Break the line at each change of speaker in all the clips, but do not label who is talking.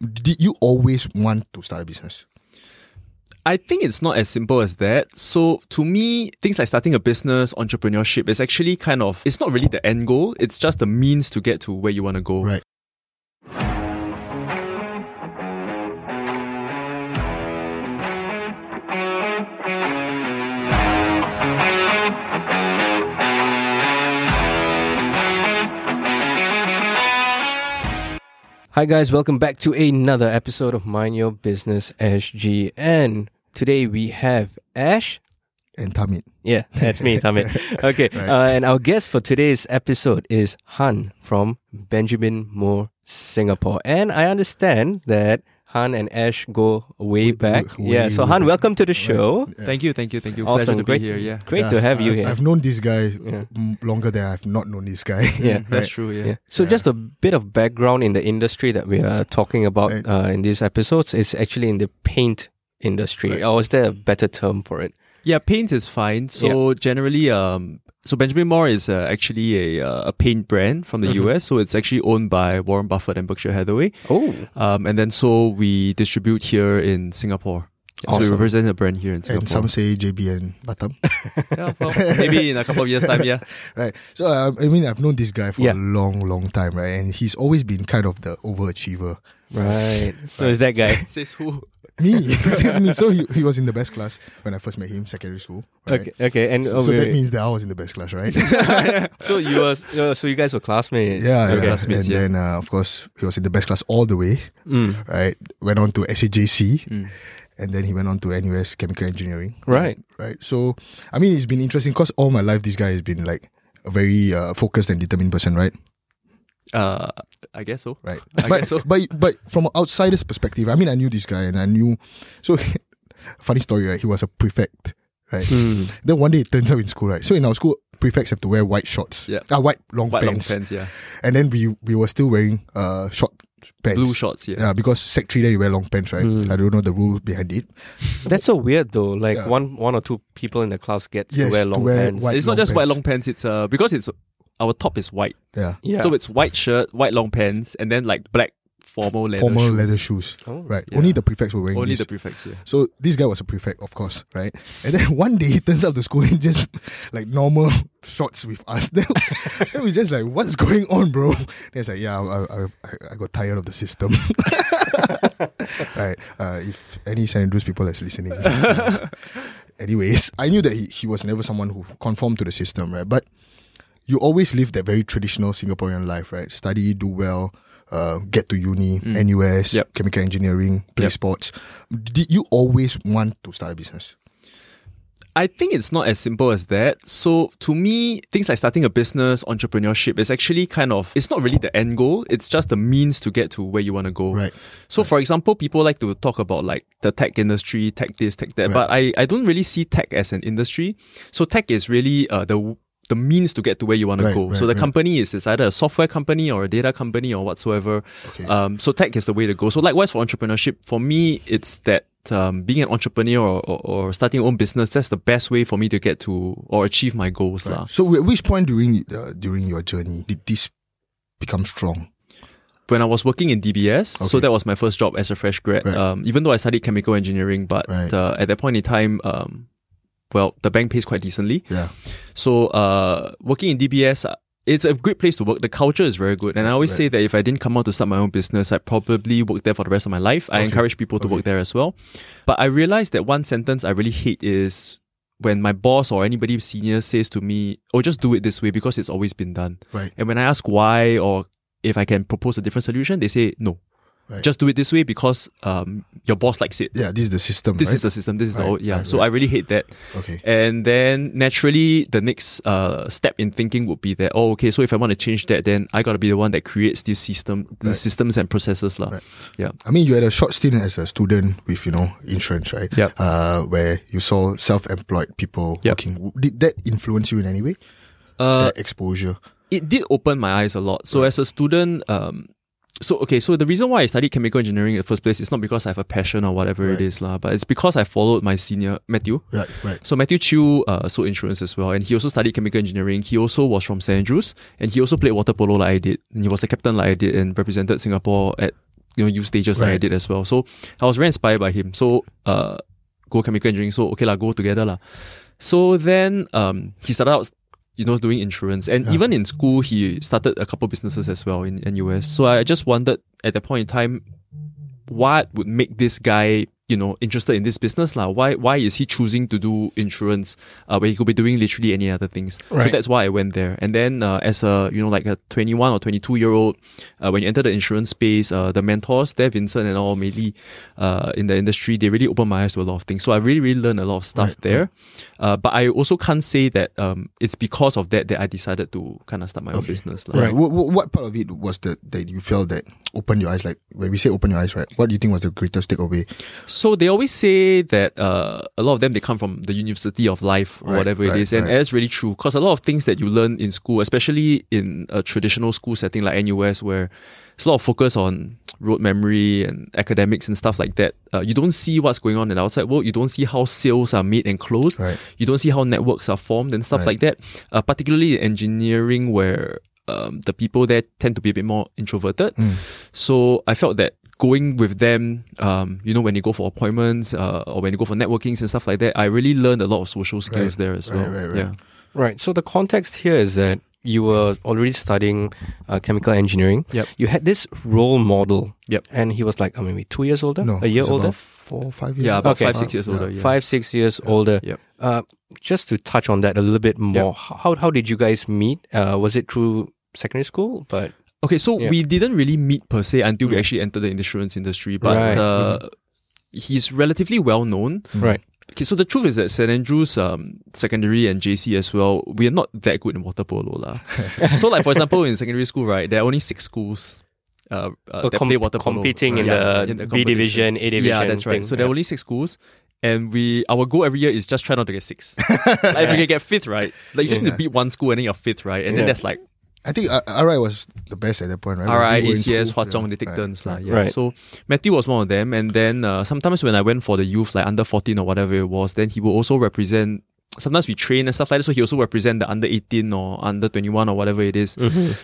did you always want to start a business?
I think it's not as simple as that. So to me, things like starting a business, entrepreneurship is actually kind of it's not really the end goal, it's just the means to get to where you want to go.
Right.
Hi guys, welcome back to another episode of Mind Your Business SG. And today we have Ash.
And Tamit.
Yeah, that's me, Tamit. Okay, uh, and our guest for today's episode is Han from Benjamin Moore Singapore. And I understand that Han and Ash go way back.
way
yeah, so Han,
back.
welcome to the show.
Thank you, thank you, thank you.
Awesome,
Pleasure to
great
be here. Yeah.
Great to have you
I-
here.
I've known this guy
Yeah.
m- longer than I've not known this guy.
yeah.
That's true, yeah.
Yeah. So just a bit of background in the industry that we are talking about
Right.
uh, in these episodes is actually in the paint industry.
Right.
Or is there a better term for it?
Yeah, paint is fine. So generally, um, so Benjamin Moore is uh, actually a uh, a paint brand from the
Mm-hmm.
US. So it's actually owned by Warren Buffett and Berkshire Hathaway.
Oh,
Um, and then so we distribute here in Singapore. Yeah, So
Awesome.
we represent the brand here in Singapore.
And some say JB and Batam.
yeah, well, maybe in a couple of years' time. Yeah,
right. So um, I mean, I've known this guy for
Yeah.
a long, long time, right? And he's always been kind of the overachiever.
right. So it's that guy.
says who?
Me, excuse me. So he, he was in the best class when I first met him, secondary school. Right?
Okay, okay, and
So,
oh,
so
wait,
that
wait.
means that I was in the best class, right?
so you were uh, so you guys were classmates.
yeah,
Okay.
yeah.
Classmates,
and
yeah.
then uh, of course he was in the best class all the way,
Mm.
right? Went on to SAJC,
Hmm.
Mm.
and then he went on to NUS Chemical Engineering.
Right.
right? So, I mean, it's been interesting because all my life this guy has been like a very uh, focused and determined person, right?
Uh, I guess so.
Right.
I
but
guess so.
but but from an outsider's perspective, I mean, I knew this guy and I knew. So, funny story, right? He was a prefect, right?
Hmm.
Mm.
Then one day it turns out in school, right? So in our school, prefects have to wear white shorts,
Yeah.
uh, white long
White long
pants,
pants, yeah.
and then we we were still wearing uh short pants.
Blue shorts, yeah. Hmm.
Yeah, because sec three then you wear long pants, right?
Mm.
I don't know the rule behind it.
That's so weird though. Like
Yeah.
one one or two people in the class gets
Yes,
to wear
to
long
wear
pants.
white-
It's not
long
just white
pants.
long pants. It's uh because it's our top is white,
Yeah,
Yeah.
so it's white shirt, white long pants, and then like black formal leather.
formal
shoes.
leather shoes.
Oh.
Right,
Yeah.
only the prefects were wearing
Only
this.
the prefects, yeah.
So this guy was a prefect, of course, right? And then one day he turns up to school in just like normal shorts with us. Then, then we just like, what's going on, bro? Then it's like, yeah, I, I, I- I got tired of the system. right. Uh, if any San Andrews people is listening. uh, anyways, I knew that he, he was never someone who conformed to the system, right? But you always live that very traditional Singaporean life, right? Study, do well, uh, get to uni, NUS,
Mm. Yep.
chemical engineering, play
Yep.
sports. Did you always want to start a business?
I think it's not as simple as that. So to me, things like starting a business, entrepreneurship is actually kind of it's not really the end goal. It's just the means to get to where you want to go.
Right.
So for example, people like to talk about like the tech industry, tech this, tech that, but I, I don't really see tech as an industry. So tech is really uh, the the means to get to where you want
Right,
to go.
right,
so the
right.
company is it's either a software company or a data company or whatsoever. Um, so tech is the way to go. So likewise for entrepreneurship, for me, it's that um, being an entrepreneur or, or, or starting your own business, that's the best way for me to get to or achieve my goals. lah.
So at which point during uh, during your journey did this become strong?
When I was working in DBS, so
Okay.
that was my first job as a fresh grad,
Right.
um, even though I studied chemical engineering, but
Right.
uh, at that point in time, um, well, the bank pays quite decently.
Yeah.
So uh, working in DBS, uh, it's a great place to work. The culture is very good, and I always
Right.
say that if I didn't come out to start my own business, I probably work there for the rest of my life. I
Okay.
encourage people to
Okay.
work there as well. But I realized that one sentence I really hate is when my boss or anybody senior says to me, "Oh, just do it this way because it's always been done."
Right.
And when I ask why or if I can propose a different solution, they say no.
Right.
Just do it this way because um, your boss likes it.
Yeah, this is the system.
This
right?
is the system. This is the
Right,
old, yeah.
right,
so I really hate that.
Okay.
And then naturally, the next uh, step in thinking would be that oh, okay, so if I want to change that, then I gotta be the one that creates this system, the systems and processes, lah.
Right.
Yeah,
I mean, you had a short stint as a student with you know insurance, right?
Yep.
Uh, where you saw self-employed people
Yep.
working. W- Did that influence you in any way?
Uh,
that exposure.
it did open my eyes a lot. So as a student, um, so okay, so the reason why I studied chemical engineering in the first place is not because I have a passion or whatever it
Right.
is, lah, but it's because I followed my senior Matthew.
Right. Right.
So Matthew Chew uh, sold insurance as well, and he also studied chemical engineering. He also was from St Andrews, and he also played water polo like I did, and he was the captain like I did, and represented Singapore at you know youth stages like I
Right.
did as well. So I was very inspired by him. So uh, go chemical engineering. So okay lah, go together lah. So then um, he started out, you know, doing insurance, and even in school he started a couple businesses as well in NUS. So I just wondered at that point in time, what would make this guy you know interested in this business lah? Why why is he choosing to do insurance uh, where he could be doing literally any other things? So
Right.
that's why I went there. And then uh, as a you know like a twenty one or twenty two year old, uh, when you enter the insurance space, uh, the mentors there, Vincent and all, mainly uh, in the industry, they really opened my eyes to a lot of things. So I really really learned a lot of stuff there. Uh, but I also can't say that um, it's because of that that I decided to kind of start my own business. lah.
Right. What, what part of it was that that you felt that opened your eyes? Like when we say open your eyes, right? What do you think was the greatest takeaway?
So they always say that uh, a lot of them they come from the university of life or
Right,
whatever
right,
it is, and
right.
that's really true. Because a lot of things that you learn in school, especially in a traditional school setting like NUS, where it's a lot of focus on rote memory and academics and stuff like that, uh, you don't see what's going on in the outside world. You don't see how sales are made and closed.
Right.
You don't see how networks are formed and stuff like that. Uh, particularly in engineering, where um, the people there tend to be a bit more introverted.
Mm.
So I felt that going with them, um, you know, when you go for appointments uh, or when you go for networkings and stuff like that, I really learned a lot of social skills there as well.
right, right, right.
Yeah.
Right. So the context here is that you were already studying uh, chemical engineering.
Yep.
You had this role model.
Yep.
And he was like, oh, maybe two years older,
No,
a year
it's about
older,
four, five years.
Yeah, about
older.
five, six years older. Yeah.
five, six years older.
Yep.
Uh, just to touch on that a little bit more, h- how how did you guys meet? Uh, was it through secondary school? But
Okay, so
Yeah.
we didn't really meet per se until we
Mm.
actually entered the insurance industry, but
Right. Hmm.
uh, he's relatively well known.
right.
Okay, so the truth is that St. Andrews um, Secondary and JC as well, we are not that good in water polo. lah. so, like, for example, in secondary school, right, there are only six schools uh, uh,
Oh,
that
com-
play water polo.
competing in,
Yeah,
the
in
B
competition.
division, A division.
Yeah, that's right.
thing.
So there are
Yeah.
only six schools, and we our goal every year is just try not to get six. like if you can get fifth, right? Like you just need to beat one school and then you're fifth, right? And then
Yeah.
that's like
I think uh, RI was the best at that point, right? When
RI,
we were in
ACS,
school,
Hwa Chong,
yeah.
they take
Right.
turns lah. Yeah.
Right.
So Matthew was one of them, and then uh, sometimes when I went for the youth, like under fourteen or whatever it was, then he will also represent. Sometimes we train and stuff like that, so he also represent the under eighteen or under twenty one or whatever it is.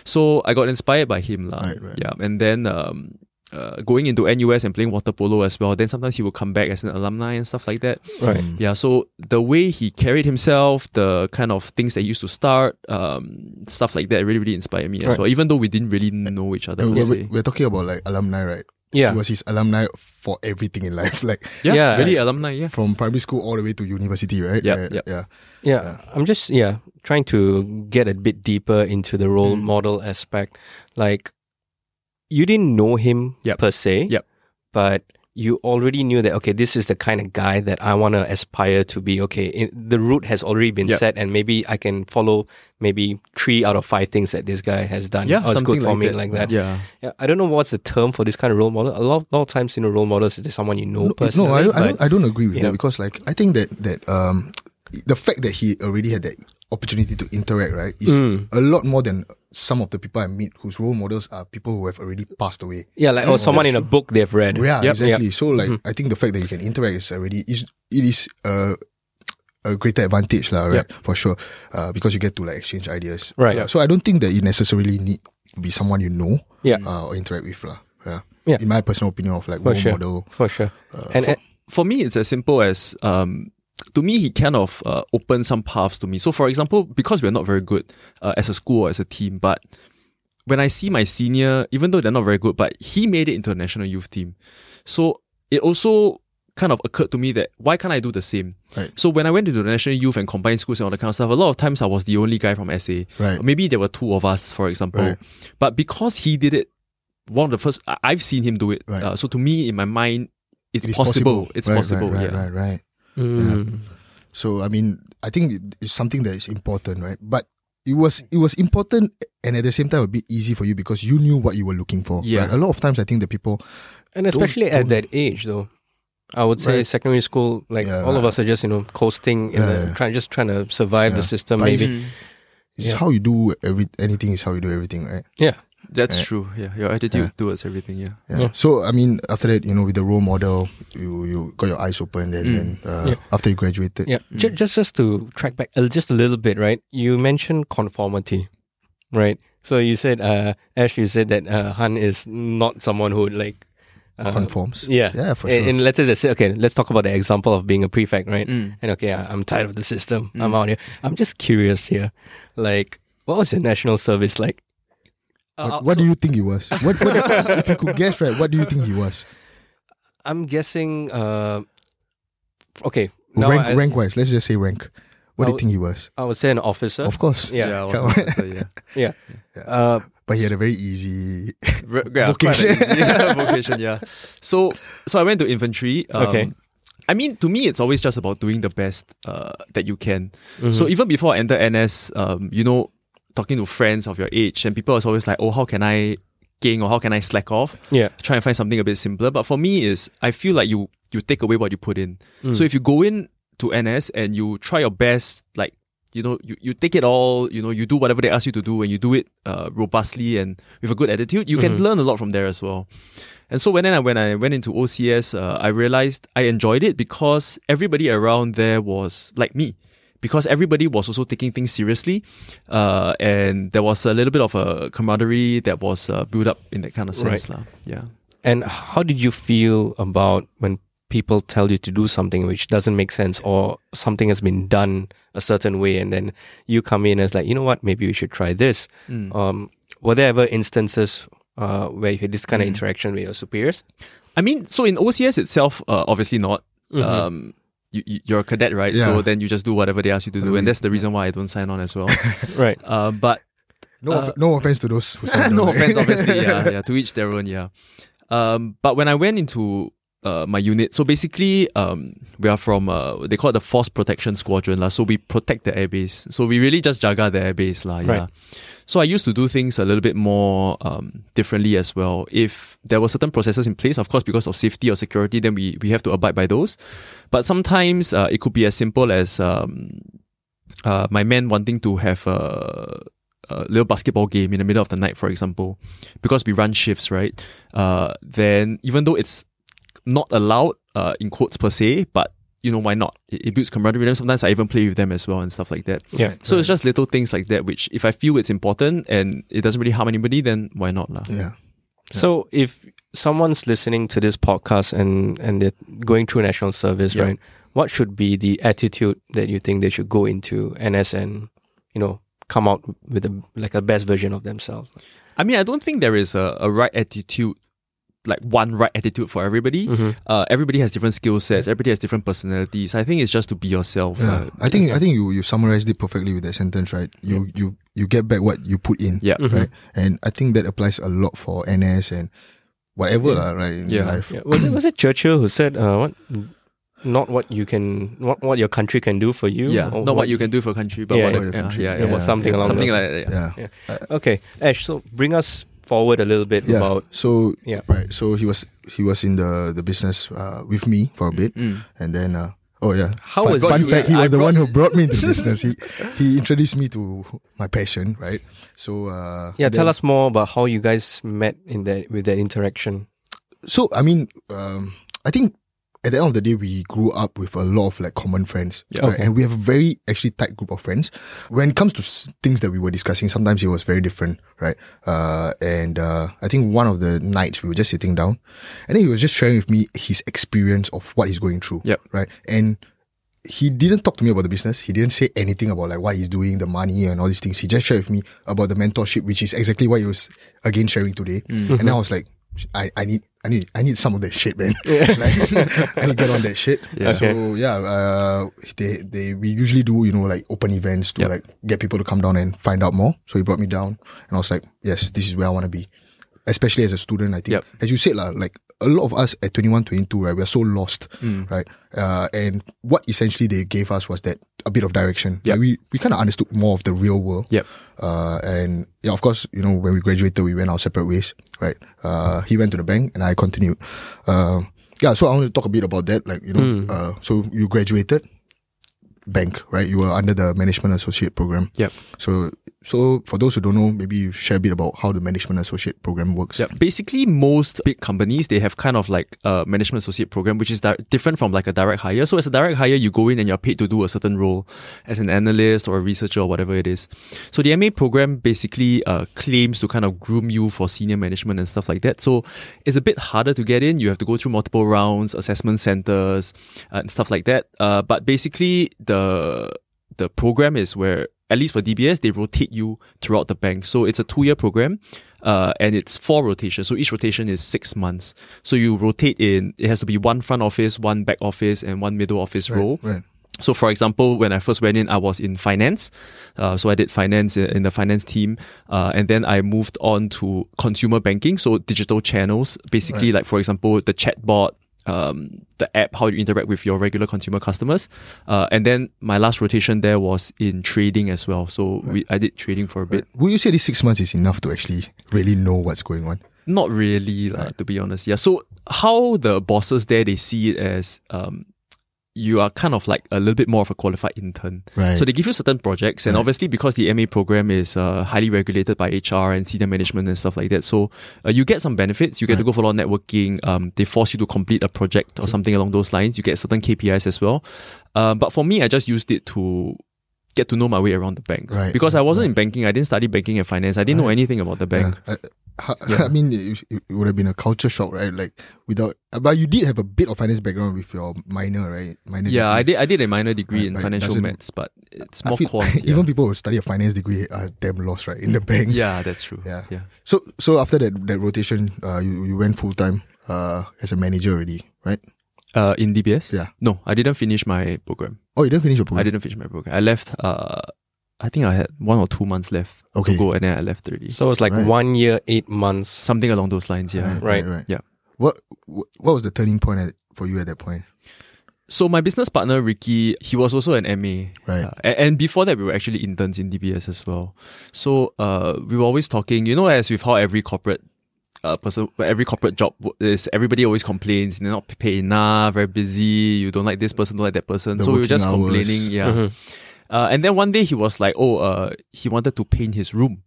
So I got inspired by him lah.
Right, right.
Yeah, and then. Um, uh, going into NUS and playing water polo as well. Then sometimes he would come back as an alumni and stuff like that.
Right.
Mm.
Yeah, so the way he carried himself, the kind of things that he used to start, um, stuff like that really, really inspired me as
Right.
well, even though we didn't really know each other.
And
per
We're, we're-
se.
we're talking about like alumni, right?
Yeah.
He was his alumni for everything in life, like
Yeah,
Yeah.
really alumni, yeah.
from primary school all the way to university, right?
Yep,
Right,
yep.
Yeah.
Yeah, I'm just yeah trying to get a bit deeper into the role model aspect. Like, you didn't know him
Yep.
per se,
Yep.
but you already knew that okay, this is the kind of guy that I want to aspire to be. Okay, it, the route has already been
Yep.
set, and maybe I can follow maybe three out of five things that this guy has done.
Yeah,
oh, it's
something
good for
like
me
that.
like that.
Yeah.
Yeah, I don't know what's the term for this kind of role model. A lot, lot of times, you know, role models is just someone you know personally.
No, I don't, I
but-
don't. I don't agree with
Yeah.
that because, like, I think that that um, the fact that he already had that opportunity to interact, right, is
Mm.
a lot more than some of the people I meet whose role models are people who have already passed away.
yeah, like or someone in a book they've read.
Yeah,
Yep.
exactly. So, like,
Mm-hmm.
I think the fact that you can interact is already is it is uh, a greater advantage, lah, right? For sure, uh, because you get to like exchange ideas,
Right.
Yeah, So, I don't think that you necessarily need to be someone you know,
Yeah.
uh, or interact with, lah. Yeah.
Yeah.
In my personal opinion of like
For
role
sure.
model,
for sure. and, and
For me, it's as simple as um, to me, he kind of uh, opened some paths to me. So, for example, because we're not very good uh, as a school or as a team, but when I see my senior, even though they're not very good, but he made it into a national youth team. So it also kind of occurred to me that why can't I do the same?
Right.
So when I went into the national youth and combined schools and all that kind of stuff, a lot of times I was the only guy from SA.
Right.
Maybe there were two of us, for example.
Right.
But because he did it, one of the first I- I've seen him do it.
Right.
Uh, so to me, in my mind, it's
it is
possible. It's
Right, right,
possible.
Right,
yeah.
right, right.
Mm.
So I mean, I think it- it's something that is important, right? But it was it was important and at the same time a bit easy for you because you knew what you were looking for.
Yeah.
right? A lot of times I think the people
and especially at
don't-
that age, though, I would say
Right.
secondary school, like
Yeah,
all of
right.
us are just you know coasting, in
Yeah,
the,
yeah.
trying just trying to survive the
Yeah.
system.
But if
Maybe
it's
Yeah.
how you do every anything is how you do everything, right?
yeah,
That's
Right.
true. Yeah. Your attitude towards everything. Yeah.
Yeah. So I mean, after that, you know, with the role model, you you got your eyes open, and then uh,
Yeah.
after you graduated,
yeah. Ju- Just just to track back uh, just a little bit, right? You mentioned conformity, right? So you said, uh, Ash, you said that uh, Han is not someone who would like
conforms.
Yeah.
Yeah, for
In-
sure.
In letters that say, okay, let's talk about the example of being a prefect, right?
Mm.
And okay, I- I'm tired of the system. I'm out here. I'm just curious here. Like, what was your national service like?
uh,
What, what do you think he was? What, what if you could guess right? What do you think he was?
I'm guessing, uh, okay, now
Rank,
I,
rank wise, let's just say rank. What do
I
you think he was?
I would say an officer.
Of course.
yeah.
Yeah, I was
Come
an
on.
officer, yeah.
yeah. Uh,
But he had a very easy.
Re- yeah,
Vocation.
quite an easy- yeah, vocation, yeah. So, so I went to infantry. um,
Okay.
I mean, to me, it's always just about doing the best uh, that you can. So even before I entered NS, um, you know, talking to friends of your age, and people is always like, "Oh, how can I gain or how can I slack off?"
yeah.
Try and find something a bit simpler. But for me, is I feel like you you take away what you put in. So if you go in to NS and you try your best, like you know, you, you take it all, you know, you do whatever they ask you to do and you do it uh, robustly and with a good attitude, you can learn a lot from there as well. And so when I, when I went into OCS, uh, I realized I enjoyed it because everybody around there was like me. Because everybody was also taking things seriously, uh, and there was a little bit of a camaraderie that was uh, built up in that kind of sense, lah. Yeah.
And how did you feel about when people tell you to do something which doesn't make sense or something has been done a certain way and then you come in as like, you know what, maybe we should try this? Um, were there ever instances uh, where you had this kind of interaction with your superiors?
I mean, so in OCS itself, uh, obviously not. Um, you, you- you're a cadet, right?
Yeah.
So then you just do whatever they ask you to do, and that's the reason why I don't sign on as well.
Right.
uh, but
No, off- no offense to those who said
Uh, no offense, obviously. Yeah, yeah. To each their own. Yeah. Um, but when I went into uh, my unit, so basically, um, we are from uh, they call it the Force Protection Squadron, lah. So we protect the airbase. So we really just jaga the airbase, lah. Yeah.
Right.
So I used to do things a little bit more um, differently as well. If there were certain processes in place, of course, because of safety or security, then we we have to abide by those. But sometimes uh, it could be as simple as um, uh, my men wanting to have a, a uh, little basketball game in the middle of the night, for example, because we run shifts, right? Uh, then even though it's not allowed uh, in quotes per se, but you know why not? It, it builds camaraderie. And sometimes I even play with them as well and stuff like that.
Yeah.
So it's just little things like that, which if I feel it's important and it doesn't really harm anybody, then why not, lah?
yeah.
So if someone's listening to this podcast and, and they're going through national service,
Yeah.
right, what should be the attitude that you think they should go into NS and, you know, come out with a, like a best version of themselves?
I mean, I don't think there is a, a right attitude, like one right attitude for everybody.
Mm.
Uh, everybody has different skill sets. Everybody has different personalities. I think it's just to be yourself.
Yeah,
uh,
I think I think you you summarized it perfectly with that sentence, right? You you you get back what you put in,
Yeah.
right? And I think that applies a lot for NS and whatever, lah, right? In
Yeah.
life,
Yeah, was it was it Churchill who said uh, what? Not what you can, what what your country can do for you.
Yeah,
or
not what you can do for country, but
Yeah,
what
yeah.
a- yeah,
Country.
yeah,
Yeah,
yeah,
something along
something
those
like that. Yeah.
yeah.
Uh, Okay, Ash. So bring us forward a little bit
yeah.
about.
so
Yeah.
right. So he was he was in the the business uh, with me for a bit,
Mm.
and then uh, oh yeah.
How
fun,
was
fun
you-
fact?
yeah,
he
I
was the one
brought-
who brought me into the business. He he introduced me to my passion, right? So uh,
Yeah,
then-
tell us more about how you guys met in that with that interaction.
So I mean, um, I think at the end of the day, we grew up with a lot of like common friends,
Yeah.
right?
Okay.
and we have a very actually tight group of friends. When it comes to s- things that we were discussing, sometimes it was very different, right? Uh, and uh, I think one of the nights we were just sitting down, and then he was just sharing with me his experience of what he's going through,
Yep.
right? And he didn't talk to me about the business. He didn't say anything about like what he's doing, the money and all these things. He just shared with me about the mentorship, which is exactly what he was again sharing today.
Mm.
And I was like, I, I need I need I need some of that shit, man. Like, I need to get on that shit. So yeah, uh, they they we usually do you know like open events to
Yep.
like get people to come down and find out more. So he brought me down, and I was like, yes, this is where I want to be, especially as a student. I think,
Yep.
as you said, lah, like a lot of us at 21, 22, right, we are so lost,
Mm.
right? Uh, and what essentially they gave us was that a bit of direction.
Yep.
Like, we we kind of understood more of the real world.
Yep.
Uh, and yeah, of course, you know, when we graduated, we went our separate ways, right? Uh, he went to the bank and I continued. Uh, yeah, so I want to talk a bit about that. Like, you know, uh, so you graduated bank, right? You were under the management associate program.
Yep.
So So, for those who don't know, maybe you share a bit about how the management associate program works.
Yeah, basically, most big companies they have kind of like a management associate program, which is di- different from like a direct hire. So, as a direct hire, you go in and you're paid to do a certain role, as an analyst or a researcher or whatever it is. So, the MA program basically uh, claims to kind of groom you for senior management and stuff like that. So, it's a bit harder to get in. You have to go through multiple rounds, assessment centers, uh, and stuff like that. Uh, but basically, the the program is where at least for DBS, they rotate you throughout the bank. So it's a two year program, uh, and it's four rotations. So each rotation is six months. So you rotate in, it has to be one front office, one back office, and one middle office role.
Right.
So, for example, when I first went in, I was in finance. Uh, so, I did finance in, in the finance team. Uh, and then I moved on to consumer banking. So, digital channels, basically, like, for example, the chatbot, um, the app, how you interact with your regular consumer customers. Uh, and then my last rotation there was in trading as well. So, we, I did trading for a bit.
Would you say this six months is enough to actually really know what's going on?
Not really, lah. to be honest. Yeah. So how the bosses there they see it as um you are kind of like a little bit more of a qualified intern.
Right.
So they give you certain projects and obviously because the MA program is uh, highly regulated by HR and senior management and stuff like that. So uh, you get some benefits. You get to go for a lot of networking. Um, they force you to complete a project or something along those lines. You get certain KPIs as well. Um, but for me, I just used it to get to know my way around the bank.
Right,
Because I wasn't in banking. I didn't study banking and finance. I didn't know anything about the bank.
I, I, I mean, it, it would have been a culture shock, right? Like without, but you did have a bit of finance background with your minor, right? Minor.
Yeah, I
degree.
did. I did a minor degree
Right,
in
but it
financial
doesn't-
maths, but it's
I
more
feel-
quant. Yeah. Mm,
Even people who study a finance degree are damn lost, right? In the bank.
yeah, that's true.
Yeah.
yeah.
So, so after that that rotation, uh, you, you went full time uh as a manager already, right?
Uh, in DBS.
Yeah.
No, I didn't finish my program.
Oh, you didn't finish your program.
I didn't finish my program. I left. Uh, I think I had one or two months left
Okay.
to go, and then I left already.
So it's like
Right.
one year, eight months.
Something along those lines. Yeah.
Right.
right.
Yeah.
What what what was the turning point at, for you at that point?
So my business partner Ricky, he was also an MA,
Right.
Uh, and, and before that, we were actually interns in DBS as well. So uh, we were always talking, you know, as with how every corporate uh, person, every corporate job w- is, everybody always complains, you're not paid enough, very busy, you don't like this person, don't like that person.
The
so we were
working
just
hours.
complaining, yeah. Uh, and then one day he was like, oh, uh, he wanted to paint his room.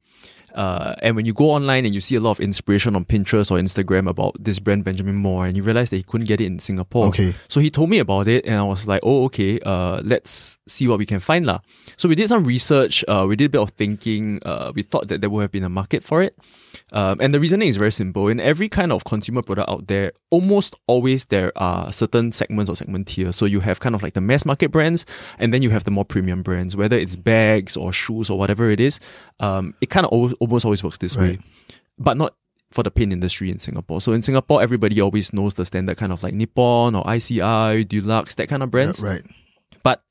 Uh, and when you go online and you see a lot of inspiration on Pinterest or Instagram about this brand Benjamin Moore, and you realize that he couldn't get it in Singapore.
Okay.
So he told me about it, and I was like, "Oh, okay. Uh, let's see what we can find, lah." So we did some research. Uh, we did a bit of thinking. Uh, we thought that there would have been a market for it, um, and the reasoning is very simple. In every kind of consumer product out there, almost always there are certain segments or segment tiers. So you have kind of like the mass market brands, and then you have the more premium brands, whether it's bags or shoes or whatever it is. Um, it kind of al- almost always works this way, but not for the paint industry in Singapore. So in Singapore, everybody always knows the standard kind of like Nippon or ICI, Deluxe, that kind of brands.
Yeah, right.
But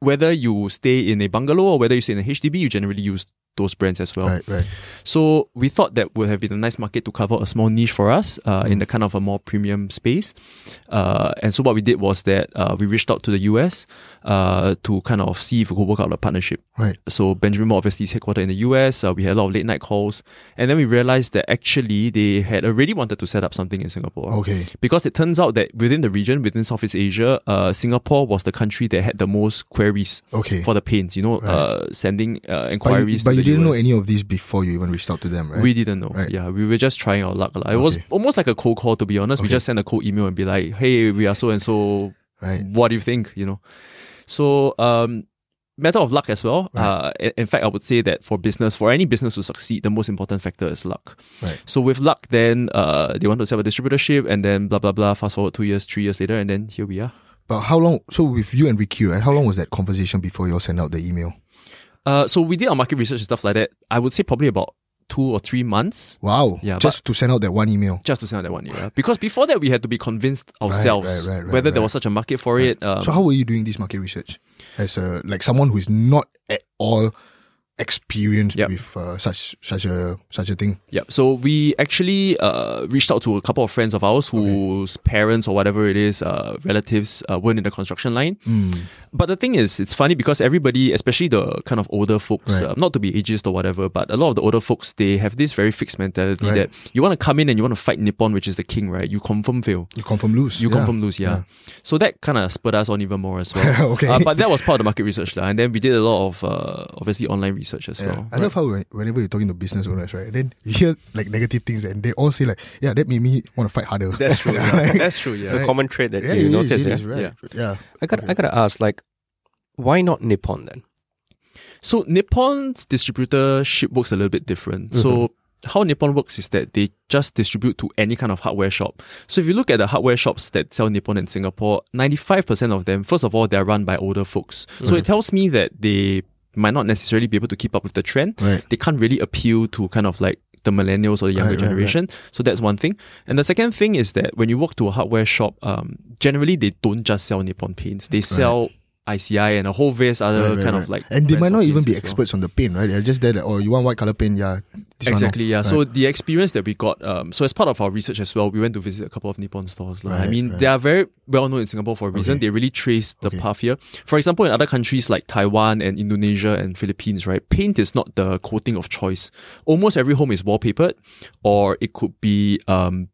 whether you stay in a bungalow or whether you stay in a HDB, you generally use those brands as well.
Right. Right.
So we thought that would have been a nice market to cover a small niche for us uh,
Mm.
in the kind of a more premium space. Uh, and so what we did was that uh, we reached out to the US uh, to kind of see if we could work out a partnership.
Right.
So Benjamin Moore obviously is headquartered in the US. Uh, we had a lot of late night calls, and then we realized that actually they had already wanted to set up something in Singapore.
Okay.
Because it turns out that within the region, within Southeast Asia, uh, Singapore was the country that had the most queries
Okay.
for the pains. You know,
Right.
uh, sending uh,
but you,
inquiries.
but
to
you
the
didn't know
US.
any of these before you even reached out to them, right?
We didn't know.
Right.
Yeah, we were just trying our luck. lah. It was
Okay.
almost like a cold call, to be honest. We
Okay.
just sent a cold email and be like, "Hey, we are so and so.
right.
What do you think?" You know. So, um, matter of luck as well.
Right.
Uh, in- in fact, I would say that for business, for any business to succeed, the most important factor is luck.
Right.
So with luck, then uh, they want to set up a distributorship, and then blah blah blah. Fast forward two years, three years later, and then here we are.
But how long? So with you and Ricky, right? How long was that conversation before you all sent out the email?
Uh, so we did our market research and stuff like that. I would say probably about two or three months.
Wow.
Yeah,
Just to send out that one email.
just to send out that one year. Because before that, we had to be convinced ourselves
right, right, right,
whether there
right.
was such a market for it. Um,
so how were you doing this market research as a like someone who is not at all experienced
Yep.
with uh, such such a such a thing?
yeah. So we actually uh, reached out to a couple of friends of ours whose parents or whatever it is, uh, relatives, uh, weren't in the construction line.
Hmm.
But the thing is, it's funny because everybody, especially the kind of older folks,
Right.
uh, not to be ageist or whatever, but a lot of the older folks, they have this very fixed mentality
Right.
that you want to come in and you want to fight Nippon, which is the king, right? You confirm fail.
You confirm lose.
You
yeah.
confirm lose, yeah. So that kind of spurred us on even more as well.
Okay.
Uh, but that was part of the market research, lah. And then we did a lot of uh, obviously online research as
Yeah.
well.
I love how when- whenever you're talking to business owners, right, then you hear like negative things, and they all say like, "Yeah, that made me want to fight harder."
That's true. yeah.
Like,
That's true. Yeah.
It's a common trait that
yeah,
you
it is,
notice.
it
yeah?
is, right? Yeah,
I got I gotta ask, like, why not Nippon then?
So Nippon's distributorship works a little bit different. So
Mm-hmm.
how Nippon works is that they just distribute to any kind of hardware shop. So if you look at the hardware shops that sell Nippon in Singapore, 95% of them, first of all, they're run by older folks.
Mm-hmm.
So it tells me that they might not necessarily be able to keep up with the trend.
Right.
They can't really appeal to kind of like the millennials or the younger
Right, right, right.
generation. So that's one thing. And the second thing is that when you walk to a hardware shop, um, generally they don't just sell Nippon paints. They sell ICI and a whole various other
Right, right,
kind
right.
of like
and they
brands
might
of
not even
paints
be
as well.
experts on the paint, right? They're just there like, "Oh, you want white color paint? Yeah, this one,
Exactly,
oh."
yeah.
Right.
So the experience that we got, um, so as part of our research as well, we went to visit a couple of Nippon stores. lah. I
Right,
mean,
right.
they are very well known in Singapore for a reason.
Okay.
They really trace the
Okay.
path here. For example, in other countries like Taiwan and Indonesia and Philippines, right, paint is not the coating of choice. Almost every home is wallpapered, or it could be um,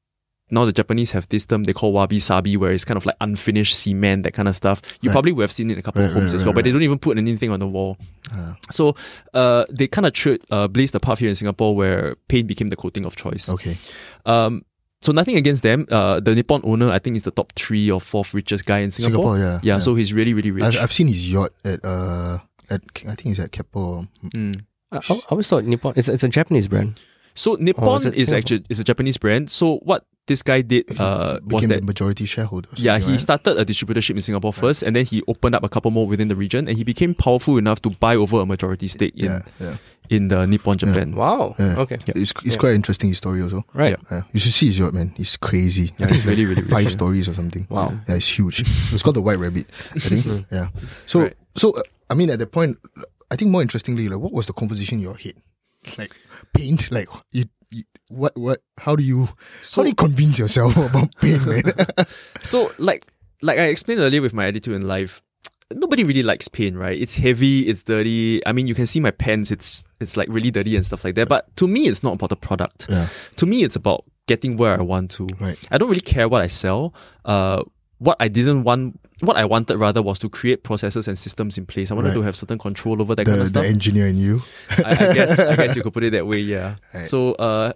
now the Japanese have this term they call wabi sabi, where it's kind of like unfinished cement, that kind of stuff. You
Right.
probably would have seen it in a couple of
Right,
homes
right,
as
right,
well, but they
right.
don't even put anything on the wall.
Ah.
So uh, they kind of tra- uh, blazed the path here in Singapore where paint became the coating of choice.
okay,
Um, so nothing against them. Uh, the Nippon owner, I think, is the top three or fourth richest guy in Singapore.
Singapore, yeah,
yeah, so he's really, really rich.
I've, I've seen his yacht at uh at I think it's at Keppel. um,
Mm.
I, I always thought Nippon it's it's a Japanese brand.
So Nippon
Oh,
is it
is
Singapore?
actually is a Japanese brand. So what this guy did uh, was
Became
that
the majority shareholder. or
Yeah,
something,
he
right?
started a distributorship in Singapore first, and then he opened up a couple more within the region, and he became powerful enough to buy over a majority stake in
Yeah, yeah.
in the Nippon Japan.
Wow.
Yeah.
Okay.
It's it's quite interesting his story also.
Right.
Yeah.
Yeah. You should see his yacht, man. It's crazy. I
Yeah,
think
it's
it's like
really, really rich,
five
yeah.
stories or something.
Wow.
Yeah, it's huge. it's called the White Rabbit, I think. yeah. So,
Right.
so uh, I mean, at that point, I think more interestingly, like, what was the conversation in your head? Like, paint. Like, you, you, what, what? How do you, how do you convince yourself about paint, man?
So like like I explained earlier with my attitude in life, nobody really likes pain, right? It's heavy, it's dirty. I mean, you can see my pens; it's it's like really dirty and stuff like that. But to me, it's not about the product.
Yeah.
To me, it's about getting where I want to.
Right.
I don't really care what I sell. Uh, what I didn't want, what I wanted rather was to create processes and systems in place. I wanted
Right.
to have certain control over that
the,
kind of
the
stuff.
engineer in you.
I, I guess I guess you could put it that way, yeah.
Right.
So uh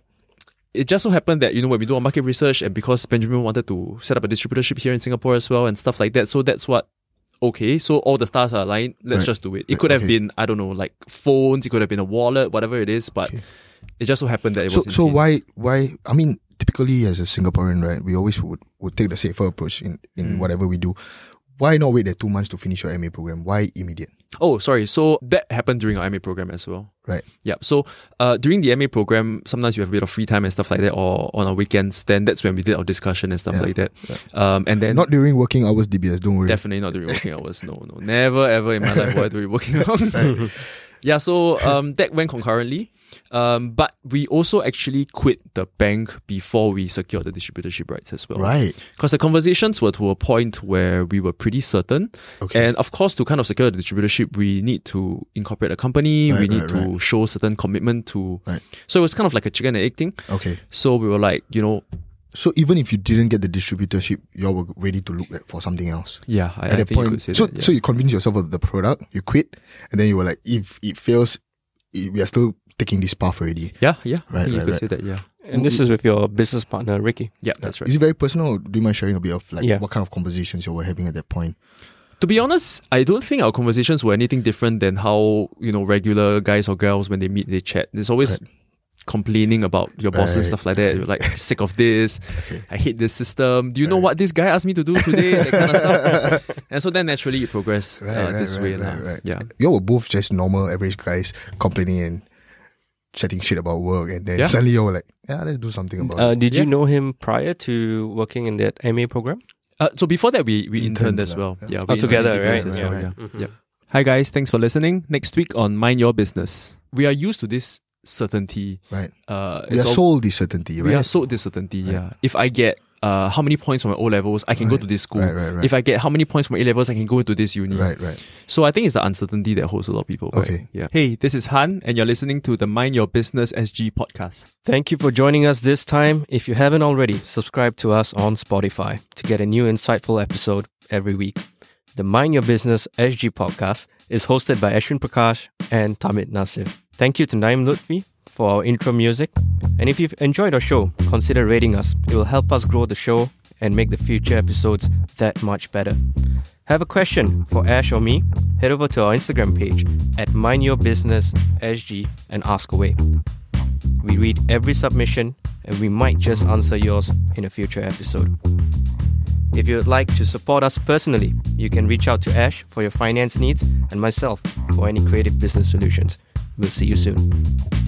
it just so happened that, you know, when we do our market research and because Benjamin wanted to set up a distributorship here in Singapore as well and stuff like that, so that's what okay, so all the stars are aligned, let's
Right.
just do it. It could have
Okay.
been, I don't know, like phones, it could have been a wallet, whatever it is, but it just so happened that it
So,
was in
so
paint.
why, why? I mean, typically as a Singaporean, right, we always would, would take the safer approach in
Mm.
in whatever we do. Why not wait the two months to finish your MA program? Why immediate?
Oh, sorry. So that happened during our MA program as well.
Right.
Yeah. So uh, during the MA program, sometimes you have a bit of free time and stuff like that, or on our weekends. Then that's when we did our discussion and stuff
Yeah.
like that. Um, and then
Not during working hours, DBS. Don't worry.
Definitely not during working hours. No, no. Never ever in my life would I do it working hours. yeah, so um, that went concurrently. Um, but we also actually quit the bank before we secured the distributorship rights as well.
Right.
Because the conversations were to a point where we were pretty certain.
Okay.
And of course, to kind of secure the distributorship, we need to incorporate a company. we
Right,
need
right,
to show certain commitment to.
Right.
So it was kind of like a chicken and egg thing.
Okay.
So we were like, you know,
So even if you didn't get the distributorship, you all were ready to look at- for something else.
yeah, I, I
At
think
that point,
you could say
so
that. yeah.
so you convince yourself of the product, you quit, and then you were like, if it fails, i we are still taking this path already.
yeah, yeah.
Right,
I think you
right,
could
right.
say that. Yeah,
And this is with your business partner Ricky.
yeah, that's right.
Is it very personal? Or do you mind sharing a bit of like
Yeah.
what kind of conversations you were having at that point?
To be honest, I don't think our conversations were anything different than how you know regular guys or girls when they meet they chat. There's always complaining about your bosses
Right.
stuff like that. You're like sick of this. I hate this system. Do you know what this guy asked me to do today? that kind of stuff. And so then naturally it progressed uh,
right,
this
right,
way.
right,
lah.
right.
Yeah.
You all were both just normal, average guys complaining and chatting shit about work, and then
Yeah.
suddenly you were like, yeah, let's do something about it.
Uh, did you
Yeah.
know him prior to working in that MA program?
Uh, so before that, we, we interned
Interned
as
lah,
well.
yeah.
Yeah, we
Oh,
interned
together,
together
right? Mm-hmm.
as
Yeah,
well,
right.
yeah. Yeah. Hi guys, thanks for listening. Next week on Mind Your Business, we are used to this certainty.
Right.
Uh,
We are
it's all-
sold this certainty, right?
We are so uncertainty. Yeah. If I get uh, how many points from my O levels, I can go to this school.
Right, right, right.
If I get how many points from A levels, I can go into this uni.
Right, right.
So I think it's the uncertainty that holds a lot of people. back.
Okay.
Yeah. Hey, this is Han, and you're listening to the Mind Your Business SG podcast.
Thank you for joining us this time. If you haven't already, subscribe to us on Spotify to get a new insightful episode every week. The Mind Your Business SG podcast is hosted by Ashwin Prakash and Tamit Nasif. Thank you to Naim Lutfi for our intro music. And if you've enjoyed our show, consider rating us. It will help us grow the show and make the future episodes that much better. Have a question for Ash or me? Head over to our Instagram page at Mind Your Business SG and ask away. We read every submission and we might just answer yours in a future episode. If you would like to support us personally, you can reach out to Ash for your finance needs and myself for any creative business solutions. We'll see you soon.